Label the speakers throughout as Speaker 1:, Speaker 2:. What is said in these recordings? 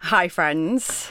Speaker 1: Hi, friends.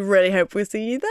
Speaker 1: really hope we'll see you there.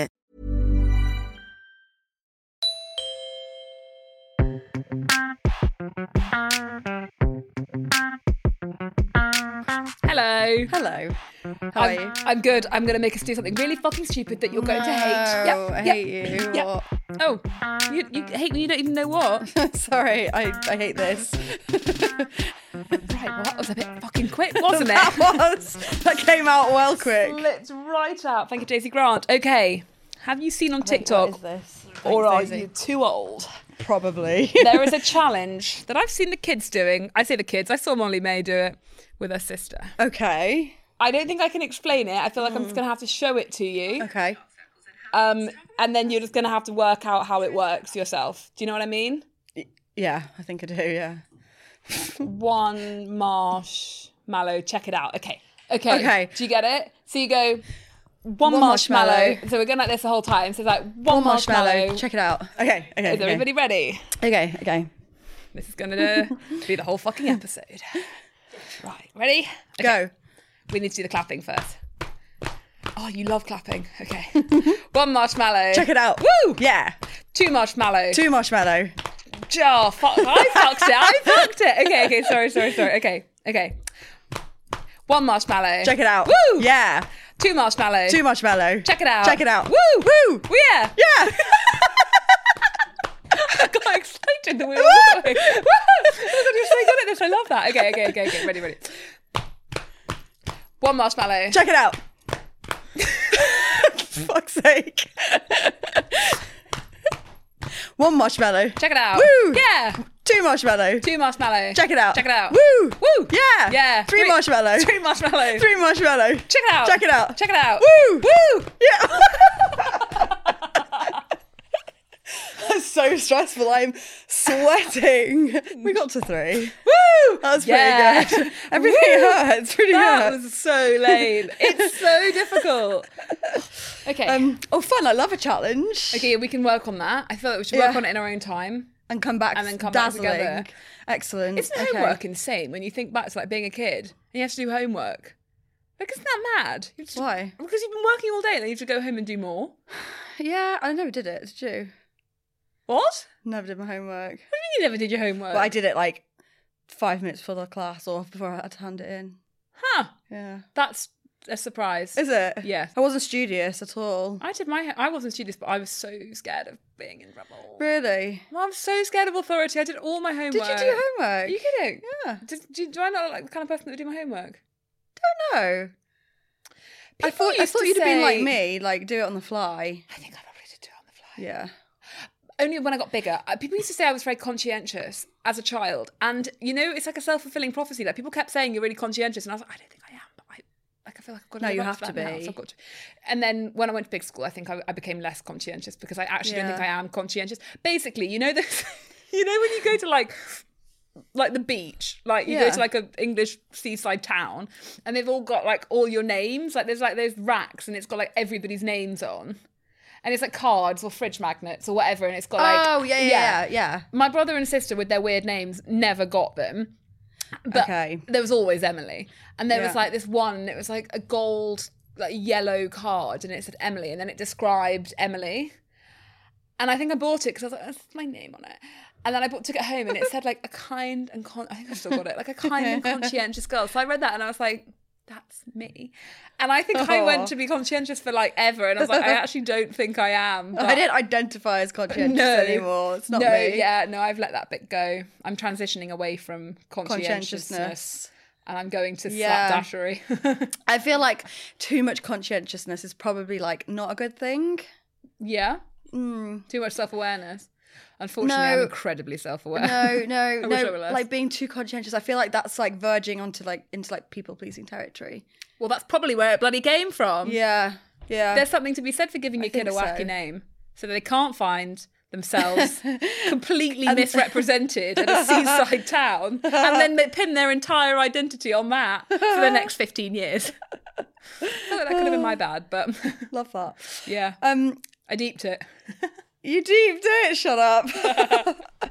Speaker 2: Hello.
Speaker 1: Hello. How are
Speaker 2: I'm, I'm good. I'm going to make us do something really fucking stupid that you're going to hate. Yep,
Speaker 1: I
Speaker 2: yep,
Speaker 1: hate you.
Speaker 2: yep. Oh, you, you hate when you don't even know what.
Speaker 1: What? Oh, Sorry, I, I hate this.
Speaker 2: Right, well, that was a bit fucking quick, wasn't
Speaker 1: that
Speaker 2: it?
Speaker 1: was. That came out well quick.
Speaker 2: Slipped right out. Thank you, Daisy Grant. Okay, have you seen on TikTok,
Speaker 1: this?
Speaker 2: or are you too old?
Speaker 1: Probably.
Speaker 2: There is a challenge that I've seen the kids doing. I say the kids. I saw Molly May do it with her sister.
Speaker 1: okay.
Speaker 2: I don't think I can explain it. I feel like I'm just gonna have to show it to you,
Speaker 1: Mm. Okay.
Speaker 2: um, and then you're just gonna have to work out how it works yourself. Do you know what I mean?
Speaker 1: Yeah, I think I do, yeah.
Speaker 2: One marsh mallow. Check it out. Okay. Okay.
Speaker 1: Okay.
Speaker 2: Do you get it? So you go one,
Speaker 1: One
Speaker 2: marshmallow.
Speaker 1: marshmallow.
Speaker 2: So we're going like this the whole time. So it's like one,
Speaker 1: One
Speaker 2: marshmallow.
Speaker 1: marshmallow. Check it out. Okay. Okay.
Speaker 2: Is
Speaker 1: okay.
Speaker 2: everybody ready?
Speaker 1: Okay. Okay.
Speaker 2: This is gonna be the whole fucking episode. Right. Ready?
Speaker 1: Go.
Speaker 2: We need to do the clapping first. Oh, you love clapping. Okay. one marshmallow.
Speaker 1: Check it out.
Speaker 2: Woo!
Speaker 1: Yeah.
Speaker 2: Two marshmallow.
Speaker 1: Two marshmallow.
Speaker 2: Oh, fuck. I fucked it. I fucked it. Okay, okay, sorry, sorry, sorry. Okay, okay. One marshmallow.
Speaker 1: Check it out.
Speaker 2: Woo!
Speaker 1: Yeah.
Speaker 2: Two marshmallow.
Speaker 1: Two marshmallow.
Speaker 2: Check it out.
Speaker 1: Check it out.
Speaker 2: Woo!
Speaker 1: Woo.
Speaker 2: Well, yeah.
Speaker 1: Yeah.
Speaker 2: I got excited that we were going. Woo! so good at this. I love that. Okay, okay, okay, okay. Ready, ready. One marshmallow.
Speaker 1: Check it out. Fuck's sake. One marshmallow.
Speaker 2: Check it out.
Speaker 1: Woo!
Speaker 2: Yeah.
Speaker 1: Two marshmallow.
Speaker 2: Two marshmallow.
Speaker 1: Check it out.
Speaker 2: Check it out.
Speaker 1: Woo.
Speaker 2: Woo!
Speaker 1: Yeah.
Speaker 2: Yeah.
Speaker 1: Three, marshmallow.
Speaker 2: Three marshmallow.
Speaker 1: Three marshmallow.
Speaker 2: Check it out.
Speaker 1: Check it out.
Speaker 2: Check it out.
Speaker 1: Woo.
Speaker 2: Woo!
Speaker 1: Yeah. That's so stressful. I'm sweating. We got to three. Woo! That was
Speaker 2: Yeah.
Speaker 1: pretty good. Everything
Speaker 2: Woo.
Speaker 1: hurts. Pretty
Speaker 2: That
Speaker 1: hurts.
Speaker 2: was so lame. It's so difficult. Okay.
Speaker 1: Um, oh, fun! I love a challenge.
Speaker 2: okay, we can work on that. I feel like we should work
Speaker 1: Yeah.
Speaker 2: on it in our own time.
Speaker 1: And come back.
Speaker 2: And then come back
Speaker 1: dazzling.
Speaker 2: together.
Speaker 1: Excellent.
Speaker 2: Isn't
Speaker 1: okay.
Speaker 2: homework insane when you think back to like being a kid and you have to do homework? Like, isn't that mad? You just-
Speaker 1: Why?
Speaker 2: Because you've been working all day and then you have to go home and do more.
Speaker 1: Yeah, I never did it. Did you?
Speaker 2: What?
Speaker 1: Never did my homework.
Speaker 2: What do you mean you never did your homework?
Speaker 1: But I did it like five minutes before the class or before I had to hand it in.
Speaker 2: Huh.
Speaker 1: Yeah.
Speaker 2: That's a surprise.
Speaker 1: Is it?
Speaker 2: Yeah.
Speaker 1: I wasn't studious at all.
Speaker 2: I did my. I wasn't studious, but I was so scared of being in rubble.
Speaker 1: Really?
Speaker 2: Well, I'm so scared of authority. I did all my homework.
Speaker 1: Did you do your homework?
Speaker 2: Are you kidding?
Speaker 1: Yeah.
Speaker 2: Did, do, do I not look like the kind of person that would do my homework?
Speaker 1: No. I
Speaker 2: People
Speaker 1: thought I
Speaker 2: used
Speaker 1: thought
Speaker 2: to
Speaker 1: you'd have been like
Speaker 2: say-
Speaker 1: me, like do it on the fly.
Speaker 2: I think I probably did do it on the fly.
Speaker 1: Yeah.
Speaker 2: Only when I got bigger. Uh, People used to say I was very conscientious as a child. And, you know, it's like a self fulfilling prophecy. Like, people kept saying you're really conscientious. And I was like, I don't think I am. But I, like, I feel like I've got to
Speaker 1: No,
Speaker 2: live
Speaker 1: you
Speaker 2: up
Speaker 1: have to
Speaker 2: that now,
Speaker 1: be.
Speaker 2: so I've got to- And then when I went to big school, I think I, I became less conscientious because I actually don't
Speaker 1: Yeah.
Speaker 2: think I am conscientious. Basically, you know, this, you know, when you go to like like the beach like you go
Speaker 1: Yeah.
Speaker 2: to like a english seaside town and they've all got like all your names like there's like those racks and it's got like everybody's names on and it's like cards or fridge magnets or whatever and it's got like
Speaker 1: oh yeah, yeah, yeah, yeah.
Speaker 2: my brother and sister with their weird names never got them but
Speaker 1: Okay.
Speaker 2: there was always emily and there was
Speaker 1: Yeah.
Speaker 2: like this one and it was like a gold like yellow card and it said emily and then it described emily and i think i bought it because i was like that's my name on it and then I bought, took it home and it said like a kind and con- I think I still got it like a kind and conscientious girl. So I read that and I was like, that's me. And I think I
Speaker 1: Aw.
Speaker 2: went to be conscientious for like ever. And I was like, I actually don't think I am.
Speaker 1: I
Speaker 2: but-
Speaker 1: don't identify as conscientious
Speaker 2: No.
Speaker 1: anymore. It's not
Speaker 2: no,
Speaker 1: me.
Speaker 2: yeah, no, I've let that bit go. I'm transitioning away from conscientiousness,
Speaker 1: Conscientiousness.
Speaker 2: and I'm going to
Speaker 1: Yeah.
Speaker 2: slapdashery.
Speaker 1: I feel like too much conscientiousness is probably like not a good thing.
Speaker 2: yeah, too much self awareness. Unfortunately, I'm
Speaker 1: Hmm. No.
Speaker 2: incredibly self aware.
Speaker 1: No, no,
Speaker 2: wish I
Speaker 1: no.
Speaker 2: were less.
Speaker 1: Like being too conscientious, I feel like that's like verging onto like into like people pleasing territory.
Speaker 2: Well, that's probably where it bloody came from.
Speaker 1: Yeah, yeah.
Speaker 2: There's something to be said for giving your kid a
Speaker 1: think
Speaker 2: wacky
Speaker 1: so.
Speaker 2: name so that they can't find themselves completely misrepresented at a seaside town and then they pin their entire identity on that for the next 15 years. I feel like that could have been my bad, but
Speaker 1: Love that.
Speaker 2: yeah,
Speaker 1: Um,
Speaker 2: I deeped it.
Speaker 1: you deep do it. Shut up.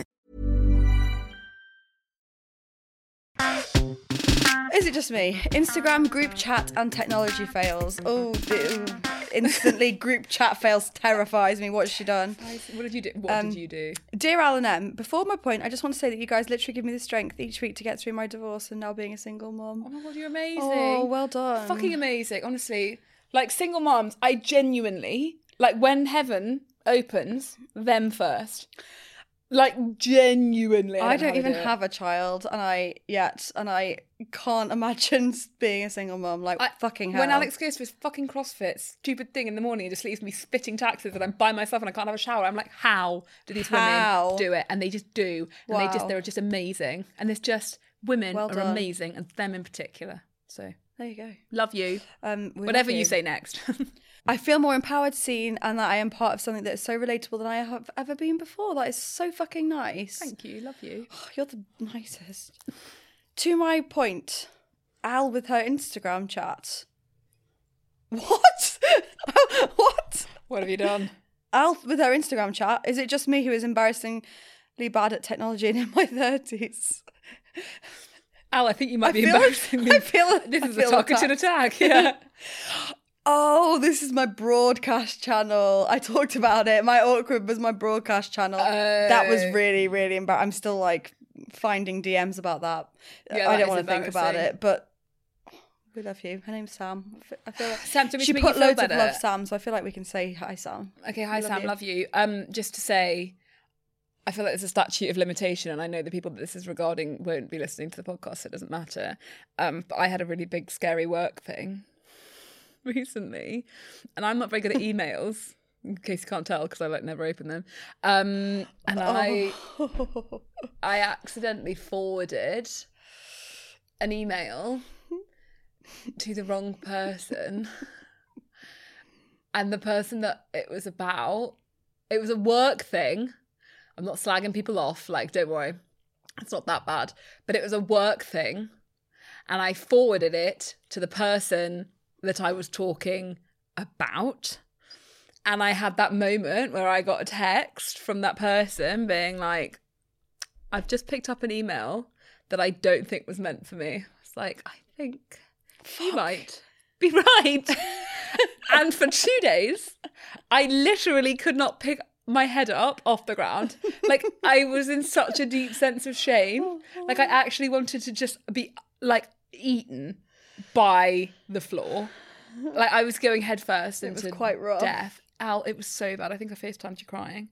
Speaker 1: Is it just me? Instagram group chat and technology fails. Oh, the, ooh. instantly group chat fails terrifies me. What's she done?
Speaker 2: What did you do? What
Speaker 1: Um,
Speaker 2: did you do?
Speaker 1: Dear Alan M, before my point, I just want to say that you guys literally give me the strength each week to get through my divorce and now being a single
Speaker 2: Oh
Speaker 1: mom.
Speaker 2: my god, you're amazing.
Speaker 1: Oh, well done.
Speaker 2: Fucking amazing, honestly. Like single moms, I genuinely like when heaven opens, them first. Like genuinely,
Speaker 1: I don't even
Speaker 2: have.
Speaker 1: have a child, and I yet, and I can't imagine being a single mom. Like fucking hell.
Speaker 2: When Alex goes to his fucking CrossFit stupid thing in the morning, it just leaves me spitting taxes and I'm by myself and I can't have a shower. I'm like, how do these
Speaker 1: How?
Speaker 2: women do it? And they just do. And they just
Speaker 1: Wow.
Speaker 2: they're just amazing. And there's just women
Speaker 1: Well
Speaker 2: are
Speaker 1: done.
Speaker 2: amazing and them in particular. So
Speaker 1: there you go.
Speaker 2: love you.
Speaker 1: Um, we
Speaker 2: Whatever
Speaker 1: love
Speaker 2: you. say next.
Speaker 1: I feel more empowered, seen, and that I am part of something that is so relatable than I have ever been before. That is so fucking nice.
Speaker 2: Thank you. Love you.
Speaker 1: You're the nicest. To my point, Al with her Instagram chat. What? what?
Speaker 2: What have you done?
Speaker 1: Al with her Instagram chat. Is it just me who is embarrassingly bad at technology and in my thirties?
Speaker 2: Al, I think you might be
Speaker 1: feel-
Speaker 2: embarrassing me.
Speaker 1: I feel-
Speaker 2: this
Speaker 1: I
Speaker 2: is
Speaker 1: feel
Speaker 2: a targeted attack. Yeah.
Speaker 1: Oh, this is my broadcast channel. I talked about it. My awkward was my broadcast channel. that was
Speaker 2: Oh.
Speaker 1: really, really embarrassing. I'm still like finding DMs about that.
Speaker 2: Yeah,
Speaker 1: I
Speaker 2: that
Speaker 1: don't
Speaker 2: is
Speaker 1: want to think about
Speaker 2: embarrassing.
Speaker 1: it, but we love you. Her name's Sam. I fe- I feel like
Speaker 2: Sam, do we
Speaker 1: she
Speaker 2: make
Speaker 1: put
Speaker 2: you feel
Speaker 1: loads
Speaker 2: better?
Speaker 1: of love, Sam. So I feel like we can say hi, Sam.
Speaker 2: Okay, hi
Speaker 1: love
Speaker 2: Sam,
Speaker 1: you.
Speaker 2: love you. Um, just to say, I feel like there's a statute of limitation, and I know the people that this is regarding won't be listening to the podcast, so it doesn't matter. Um, but I had a really big scary work thing recently, and I'm not very good at emails. In case you can't tell, because I like never open them. Um,
Speaker 1: Oh.
Speaker 2: and I, I accidentally forwarded an email to the wrong person. And the person that it was about, it was a work thing. I'm not slagging people off, like, don't worry, it's not that bad. But it was a work thing. And I forwarded it to the person that I was talking about. And I had that moment where I got a text from that person being like, I've just picked up an email that I don't think was meant for me. It's like, I think you might be right. and for two days, I literally could not pick my head up off the ground. Like, I was in such a deep sense of shame.
Speaker 1: Oh,
Speaker 2: Like, I actually wanted to just be like eaten by the floor. Like, I was going head first into
Speaker 1: was quite rough.
Speaker 2: death. Al, it was so bad. I think I FaceTimed you crying.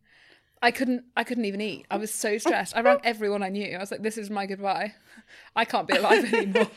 Speaker 2: I couldn't I couldn't even eat. I was so stressed. I rang everyone I knew. I was like, this is my goodbye. I can't be alive anymore.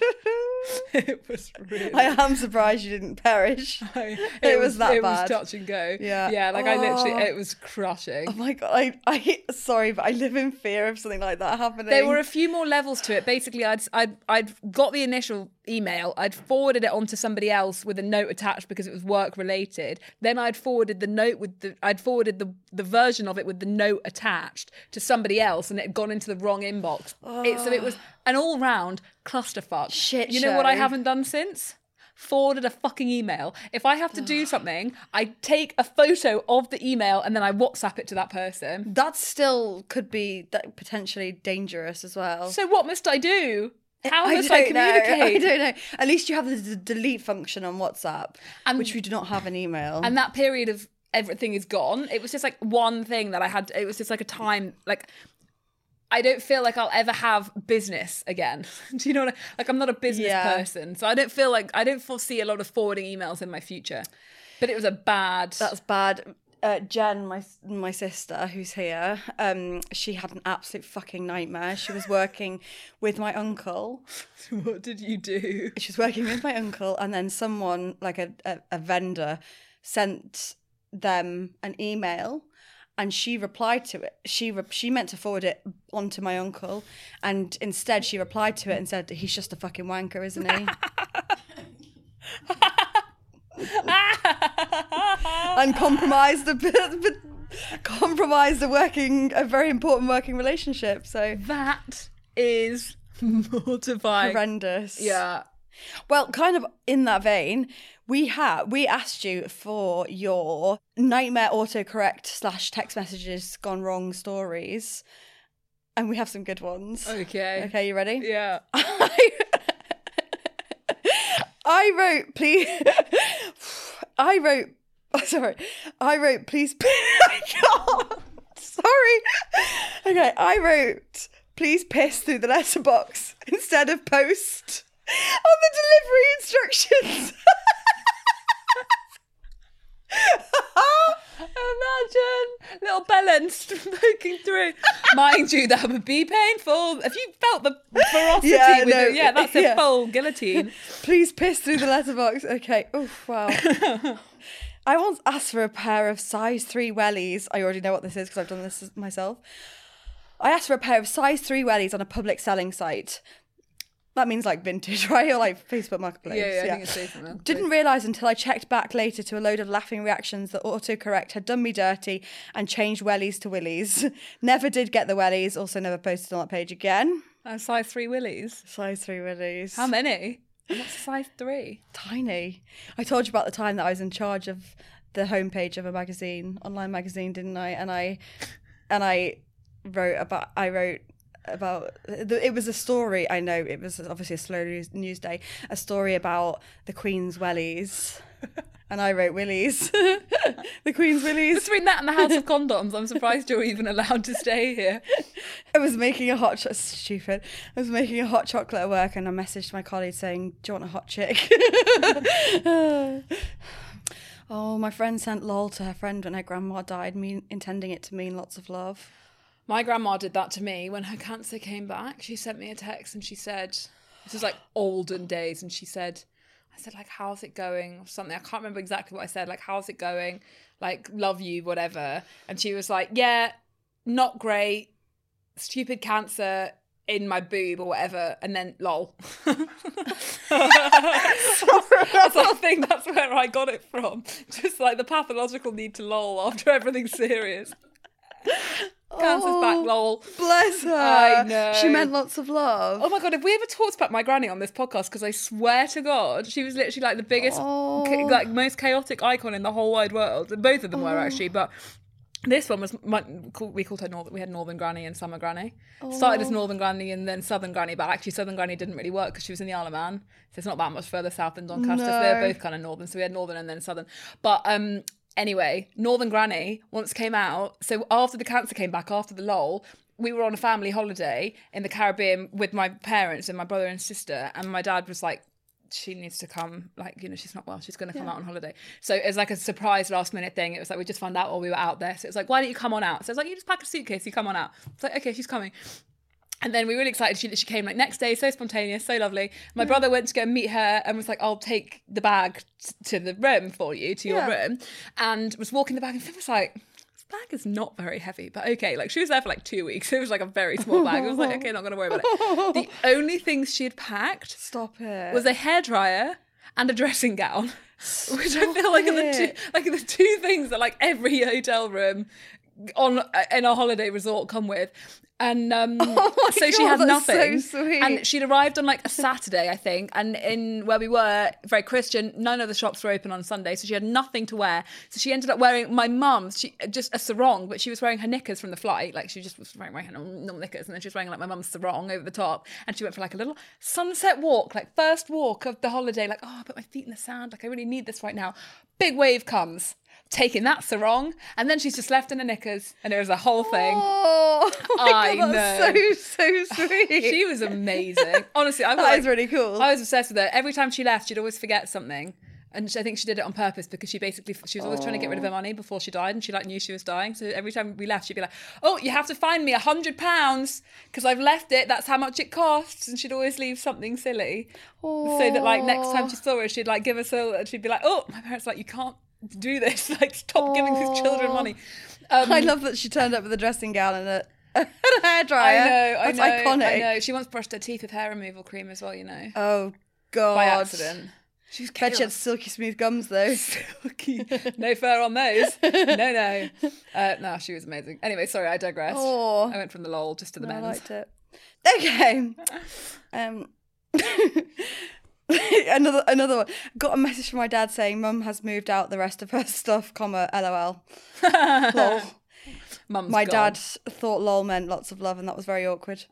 Speaker 2: it was really
Speaker 1: I am surprised you didn't perish. Oh
Speaker 2: it,
Speaker 1: it was that
Speaker 2: it
Speaker 1: bad.
Speaker 2: was touch and go.
Speaker 1: Yeah.
Speaker 2: Yeah, like I literally
Speaker 1: Oh.
Speaker 2: it was crushing.
Speaker 1: Oh my god, I, I sorry, but I live in fear of something like that happening.
Speaker 2: There were a few more levels to it. Basically, I'd I'd I'd got the initial email. I'd forwarded it on to somebody else with a note attached because it was work related. Then I'd forwarded the note with the I'd forwarded the the version of it with the note attached to somebody else, and it had gone into the wrong inbox. It, so it was an all round clusterfuck.
Speaker 1: Oh. Shit
Speaker 2: You know what I
Speaker 1: show.
Speaker 2: haven't done since? Forwarded a fucking email. If I have to do something, I take a photo of the email and then I WhatsApp it to that person.
Speaker 1: That still could be that potentially dangerous as well.
Speaker 2: So what must I do? How must I,
Speaker 1: don't know,
Speaker 2: communicate?
Speaker 1: I don't know. At least you have the d- delete function on WhatsApp,
Speaker 2: And-
Speaker 1: which we do not have in email.
Speaker 2: and that period of everything is gone it was just like one thing that i had it was just like a time like i don't feel like i'll ever have business again do you know what I, like i'm not a business
Speaker 1: Yeah.
Speaker 2: person so i don't feel like i don't foresee a lot of forwarding emails in my future but it was a bad
Speaker 1: That's bad. Uh, Jen, my my sister, who's here, um, she had an absolute fucking nightmare. She was working with my uncle.
Speaker 2: what did you do
Speaker 1: She was working with my uncle, and then someone, like a, a, a vendor, sent them an email, and she replied to it. She re- she meant to forward it on to my uncle, and instead she replied to it and said, "He's just a fucking wanker, isn't he?" and compromised the compromised the working a very important working relationship. So
Speaker 2: that is mortifying
Speaker 1: horrendous.
Speaker 2: yeah
Speaker 1: Well, kind of in that vein, we have we asked you for your nightmare autocorrect slash text messages gone wrong stories, and we have some good ones.
Speaker 2: okay
Speaker 1: Okay, you ready?
Speaker 2: yeah
Speaker 1: I wrote please. I wrote. oh, Sorry, I wrote please. I can't. Sorry. Okay, I wrote please piss through the letterbox instead of post on the delivery instructions.
Speaker 2: Imagine little Belen poking through. Mind you, that would be painful. If you felt the ferocity,
Speaker 1: Yeah,
Speaker 2: with
Speaker 1: no,
Speaker 2: it, yeah, that's a
Speaker 1: yeah.
Speaker 2: full guillotine.
Speaker 1: Please piss through the letterbox. Okay. Oh wow. I once asked for a pair of size three wellies. I already know what this is because I've done this myself. I asked for a pair of size three wellies on a public selling site. That means like vintage, right? Or like Facebook Marketplace.
Speaker 2: Yeah, yeah, I think it's Facebook Marketplace.
Speaker 1: Didn't realise until I checked back later to a load of laughing reactions that autocorrect had done me dirty and changed wellies to willies. never did get the wellies. Also, never posted on that page again.
Speaker 2: And size three willies.
Speaker 1: Size three willies.
Speaker 2: How many? What's a size three?
Speaker 1: tiny. I told you about the time that I was in charge of the homepage of a magazine, online magazine, didn't I? And I, and I wrote about. I wrote about. the- It was a story. I know it was obviously a slow news, news day. A story about the Queen's wellies, and I wrote willies. the Queen's willies.
Speaker 2: Between that and the House of Condoms, I'm surprised you're even allowed to stay here.
Speaker 1: I was making a hot chocolate. Stupid. I was making a hot chocolate at work, and I messaged my colleague saying, "Do you want a hot chick?" oh, my friend sent lol to her friend when her grandma died, mean, intending it to mean lots of love.
Speaker 2: My grandma did that to me when her cancer came back. She sent me a text and she said, this was like olden days, and she said, I said, like, how's it going? Or something. I can't remember exactly what I said. Like, how's it going? Like, love you, whatever. And she was like, yeah, not great. Stupid cancer in my boob or whatever. And then, lol. that's the thing. That's where I got it from. Just like the pathological need to lol after everything serious. Cancer's back,
Speaker 1: Oh.
Speaker 2: lol.
Speaker 1: Bless her.
Speaker 2: I know.
Speaker 1: She meant lots of love.
Speaker 2: Oh my god, have we ever talked about my granny on this podcast? Because I swear to God, she was literally like the biggest,
Speaker 1: Oh. Oh.
Speaker 2: cha- like most chaotic icon in the whole wide world. And both of them were actually, but this one was my, we called her northern. We had northern granny and summer granny. Started as
Speaker 1: Oh.
Speaker 2: northern granny and then southern granny, but actually southern granny didn't really work because she was in the Isle of Man, so it's not that much further south than Doncaster. So they're
Speaker 1: No.
Speaker 2: both kind of northern. So we had northern and then southern. But um, anyway, northern granny once came out. So after the cancer came back, after the lol. We were on a family holiday in the Caribbean with my parents and my brother and sister, and my dad was like, she needs to come like you know she's not well she's going to come out on holiday so it was like a surprise last minute thing it was like we just found out while we were out there so it's like why don't you come on out so it's like you just pack a suitcase you come on out it's like okay she's coming and then we were really excited she, she came like next day so spontaneous so lovely my brother went to go and meet her and was like i'll take the bag t- to the room for you to your
Speaker 1: Yeah.
Speaker 2: room and was walking the bag and Finn was like bag is not very heavy, but okay. Like she was there for like two weeks. It was like a very small bag. I was like, okay, not gonna worry about it. The only things she had packed
Speaker 1: Stop it.
Speaker 2: was a hairdryer and a dressing gown, which I feel like are the two,
Speaker 1: it.
Speaker 2: like are the two things that like every hotel room on uh, in a holiday resort come with. And um,
Speaker 1: Oh my
Speaker 2: so she
Speaker 1: God,
Speaker 2: had
Speaker 1: that's so
Speaker 2: nothing.
Speaker 1: sweet.
Speaker 2: And she'd arrived on like a Saturday, I think, and in where we were, very Christian, none of the shops were open on Sunday, so she had nothing to wear. So she ended up wearing my mum's, she just a sarong, but she was wearing her knickers from the flight, like she just was wearing, wearing her normal knickers, and then she was wearing like my mum's sarong over the top, and she went for like a little sunset walk, like first walk of the holiday, like oh, I put my feet in the sand, like I really need this right now. Big wave comes. Taking that sarong, and then she's just left in her knickers, and it was a whole thing.
Speaker 1: Oh, my
Speaker 2: I
Speaker 1: God, that's so so sweet.
Speaker 2: She was amazing. Honestly, I
Speaker 1: That
Speaker 2: like,
Speaker 1: is really cool.
Speaker 2: I was obsessed with her. Every time she left, she'd always forget something. And she, I think she did it on purpose because she basically she was always trying to get rid of her money before she died, and she like knew she was dying. So every time we left, she'd be like, "Oh, you have to find me a hundred pounds because I've left it. That's how much it costs." And she'd always leave something silly, so that like next time she saw her, she'd like give us a she'd be like, "Oh, my parents like you can't do this. Like stop giving these children money." Um,
Speaker 1: I love that she turned up with a dressing gown and a, and a hairdryer.
Speaker 2: I know, I
Speaker 1: That's
Speaker 2: know,
Speaker 1: iconic.
Speaker 2: I know. She once brushed her teeth with hair removal cream as well, you know,
Speaker 1: Oh God.
Speaker 2: by accident. She was
Speaker 1: Bet she had
Speaker 2: chaos.
Speaker 1: silky smooth gums though.
Speaker 2: Silky. no fur on those. No, no. Uh, no, she was amazing. Anyway, sorry, I digressed.
Speaker 1: Oh.
Speaker 2: I went from the lol just to the
Speaker 1: I
Speaker 2: men's.
Speaker 1: liked it. Okay. Um. another another one. Got a message from my dad saying mum has moved out the rest of her stuff, comma, lol. Lol.
Speaker 2: Mum's
Speaker 1: My
Speaker 2: gone.
Speaker 1: dad thought lol meant lots of love and that was very awkward.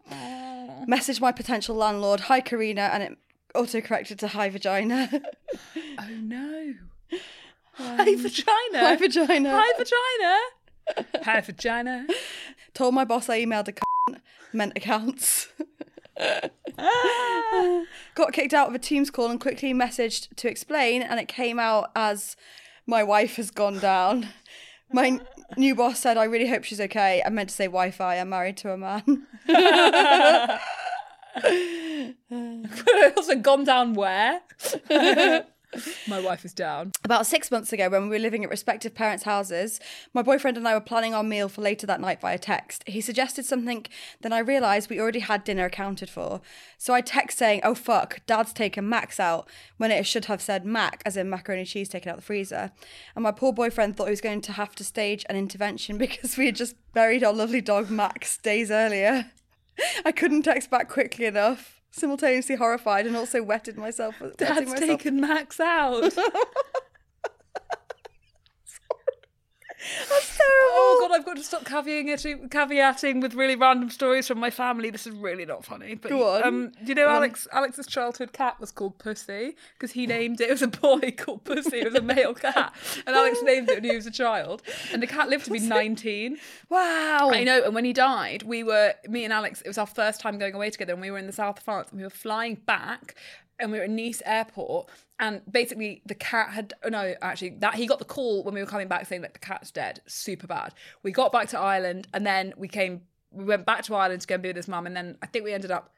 Speaker 1: Messaged my potential landlord, hi Karina, and it autocorrected to hi vagina.
Speaker 2: Oh no. hi vagina.
Speaker 1: hi vagina.
Speaker 2: Hi vagina. Hi vagina.
Speaker 1: Told my boss I emailed a c- meant accounts. Got kicked out of a Teams call and quickly messaged to explain, and it came out as my wife has gone down. My n- new boss said, I really hope she's okay. I meant to say Wi Fi, I'm married to a man.
Speaker 2: also gone down where? My wife is down.
Speaker 1: About six months ago, when we were living at respective parents' houses, my boyfriend and I were planning our meal for later that night via text. He suggested something, then I realised we already had dinner accounted for. So I text saying, Oh fuck, dad's taken Max out, when it should have said Mac, as in macaroni and cheese taken out of the freezer. And my poor boyfriend thought he was going to have to stage an intervention because we had just buried our lovely dog Max days earlier. I couldn't text back quickly enough, simultaneously horrified and also wetted myself. wetting
Speaker 2: Dad's
Speaker 1: myself.
Speaker 2: taken Max out.
Speaker 1: That's terrible.
Speaker 2: Oh god, I've got to stop caveating, caveating with really random stories from my family. This is really not funny. But
Speaker 1: Go on.
Speaker 2: um, do you know Alex? Alex's childhood cat was called Pussy because he named it. It was a boy called Pussy. It was a male cat, and Alex named it when he was a child. And the cat lived to be nineteen.
Speaker 1: Wow.
Speaker 2: I know. And when he died, we were me and Alex. It was our first time going away together, and we were in the south of France, and we were flying back, and we were at Nice airport, and basically the cat had oh, no, actually that he got the call when we were coming back saying that the cat's dead, super bad. We got back to Ireland, and then we came, we went back to Ireland to go and be with his mum, and then I think we ended up.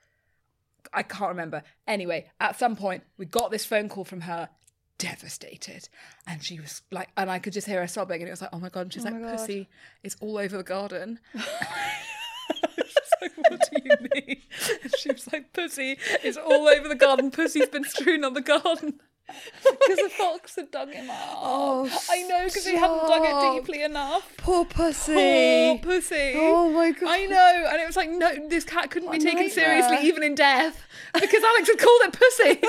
Speaker 2: I can't remember. Anyway, at some point, we got this phone call from her, devastated. And she was like, and I could just hear her sobbing. And it was like, oh my God. And she's like,
Speaker 1: God.
Speaker 2: pussy is all over the garden. She's like, what do you mean? And she was like, pussy is all over the garden. Pussy's been strewn on the garden. Because a fox had dug him up.
Speaker 1: Oh,
Speaker 2: I know, because he hadn't dug
Speaker 1: stop.
Speaker 2: it deeply enough.
Speaker 1: Poor pussy.
Speaker 2: Poor pussy.
Speaker 1: Oh my God.
Speaker 2: I know. And it was like, no, this cat couldn't be
Speaker 1: What a
Speaker 2: taken
Speaker 1: nightmare.
Speaker 2: seriously even in death because Alex had called it pussy.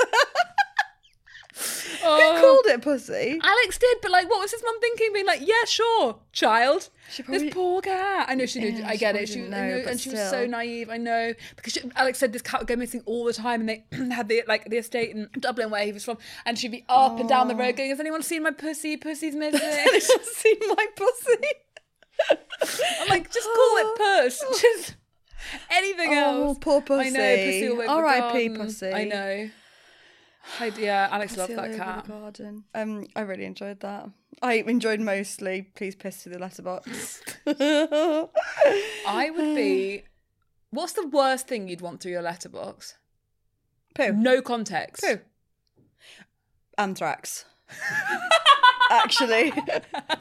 Speaker 2: oh.
Speaker 1: Who called it pussy?
Speaker 2: Alex did, but like, what was his mum thinking? Being like, yeah, sure, child.
Speaker 1: She probably-
Speaker 2: This poor cat. I know she did.
Speaker 1: Yeah,
Speaker 2: I
Speaker 1: she
Speaker 2: get
Speaker 1: probably
Speaker 2: it. She
Speaker 1: didn't
Speaker 2: I
Speaker 1: know,
Speaker 2: know,
Speaker 1: but
Speaker 2: and she was so
Speaker 1: still.
Speaker 2: naive. I know because she, Alex said this cat would go missing all the time, and they had the like the estate in Dublin where he was from, and she'd be up and down the
Speaker 1: Oh.
Speaker 2: road going, "Has anyone seen my pussy? Pussy's missing."
Speaker 1: See my pussy.
Speaker 2: I'm like, just call it puss. Just anything
Speaker 1: Oh,
Speaker 2: else.
Speaker 1: poor
Speaker 2: I know, pussy
Speaker 1: pussy.
Speaker 2: all over
Speaker 1: R.I.P.
Speaker 2: the garden.
Speaker 1: pussy.
Speaker 2: Mm, I know. I, yeah, Alex loved
Speaker 1: Pussy all
Speaker 2: that
Speaker 1: over
Speaker 2: cat.
Speaker 1: the garden. Um, I really enjoyed that. I enjoyed mostly. Please piss through the letterbox.
Speaker 2: I would be. What's the worst thing you'd want through your letterbox?
Speaker 1: Poo.
Speaker 2: No context.
Speaker 1: Poo. Anthrax. actually.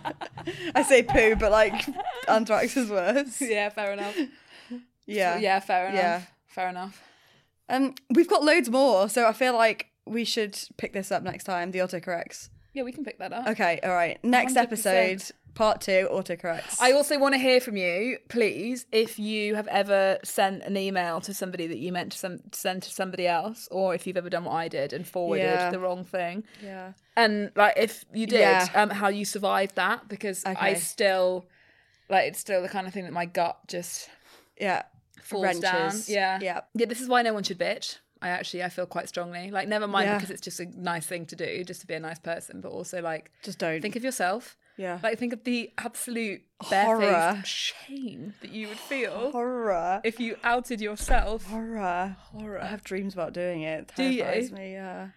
Speaker 1: I say poo, but like anthrax is worse.
Speaker 2: yeah, fair enough.
Speaker 1: Yeah.
Speaker 2: Yeah, fair enough.
Speaker 1: Yeah.
Speaker 2: Fair enough.
Speaker 1: Um, we've got loads more, so I feel like we should pick this up next time. The autocorrects.
Speaker 2: Yeah, we can pick that up.
Speaker 1: Okay. All right. Next
Speaker 2: 100%.
Speaker 1: episode, part two, autocorrects.
Speaker 2: I also want to hear from you, please, if you have ever sent an email to somebody that you meant to some- send to somebody else, or if you've ever done what I did and forwarded
Speaker 1: Yeah.
Speaker 2: the wrong thing.
Speaker 1: yeah.
Speaker 2: And like, if you did,
Speaker 1: Yeah.
Speaker 2: um, how you survived that? Because I
Speaker 1: Okay.
Speaker 2: still, like, it's still the kind of thing that my gut just
Speaker 1: Yeah.
Speaker 2: falls
Speaker 1: Wrenches.
Speaker 2: down. Yeah,
Speaker 1: Yeah.
Speaker 2: yeah. This is why no one should bitch. I actually, I feel quite strongly. Like, never mind
Speaker 1: Yeah.
Speaker 2: because it's just a nice thing to do, just to be a nice person, but also like,
Speaker 1: Just don't.
Speaker 2: think of yourself.
Speaker 1: yeah.
Speaker 2: Like think of the absolute
Speaker 1: Horror.
Speaker 2: barefaced shame that you would feel
Speaker 1: horror.
Speaker 2: if you outed yourself.
Speaker 1: horror. I
Speaker 2: Horror.
Speaker 1: have dreams about doing it. it
Speaker 2: Do you?
Speaker 1: terrifies me. Yeah.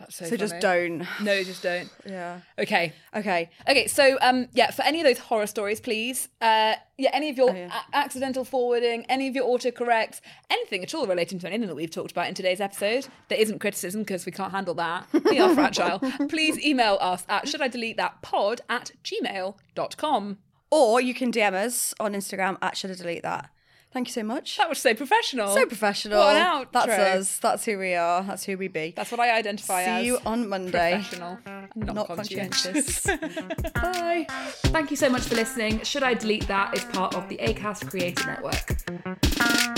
Speaker 2: That's
Speaker 1: So just don't.
Speaker 2: No, just don't.
Speaker 1: Yeah.
Speaker 2: Okay.
Speaker 1: Okay.
Speaker 2: Okay, so um, yeah, for any of those horror stories, please, uh, yeah, any of your
Speaker 1: Oh, yeah.
Speaker 2: a- accidental forwarding, any of your autocorrects, anything at all relating to anything that we've talked about in today's episode that isn't criticism because we can't handle that, we are fragile, please email us at should I delete that pod at gmail.com.
Speaker 1: Or you can DM us on Instagram at should I delete that. Thank you so much.
Speaker 2: That was so professional.
Speaker 1: So professional.
Speaker 2: What an outro.
Speaker 1: That's us. That's who we are. That's who we be.
Speaker 2: That's what I identify as.
Speaker 1: See you on Monday.
Speaker 2: professional, not,
Speaker 1: Not
Speaker 2: conscientious.
Speaker 1: conscientious. Bye.
Speaker 2: Thank you so much for listening. Should I delete that? Is part of the Acast Creator Network.